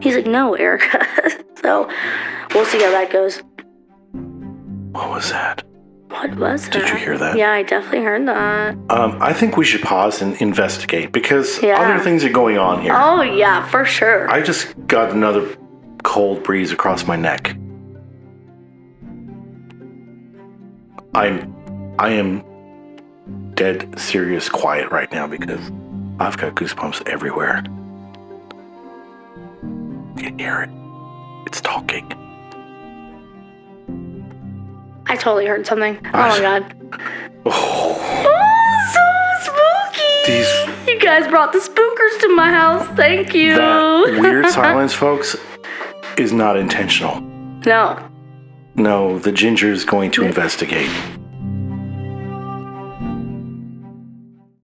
He's like, no, Erica. so we'll see how that goes. What was that? What was that? Did you hear that? Yeah, I definitely heard that. Um, I think we should pause and investigate because Yeah. other things are going on here. Oh, yeah, for sure. I just got another cold breeze across my neck. I'm I am dead serious quiet right now because I've got goosebumps everywhere. You can hear it. It's talking. I totally heard something. Oh, my God. Oh, Oh, so spooky. These- You guys brought the spookers to my house. Thank you. that weird silence, folks, is not intentional. no. No, the ginger is going to investigate.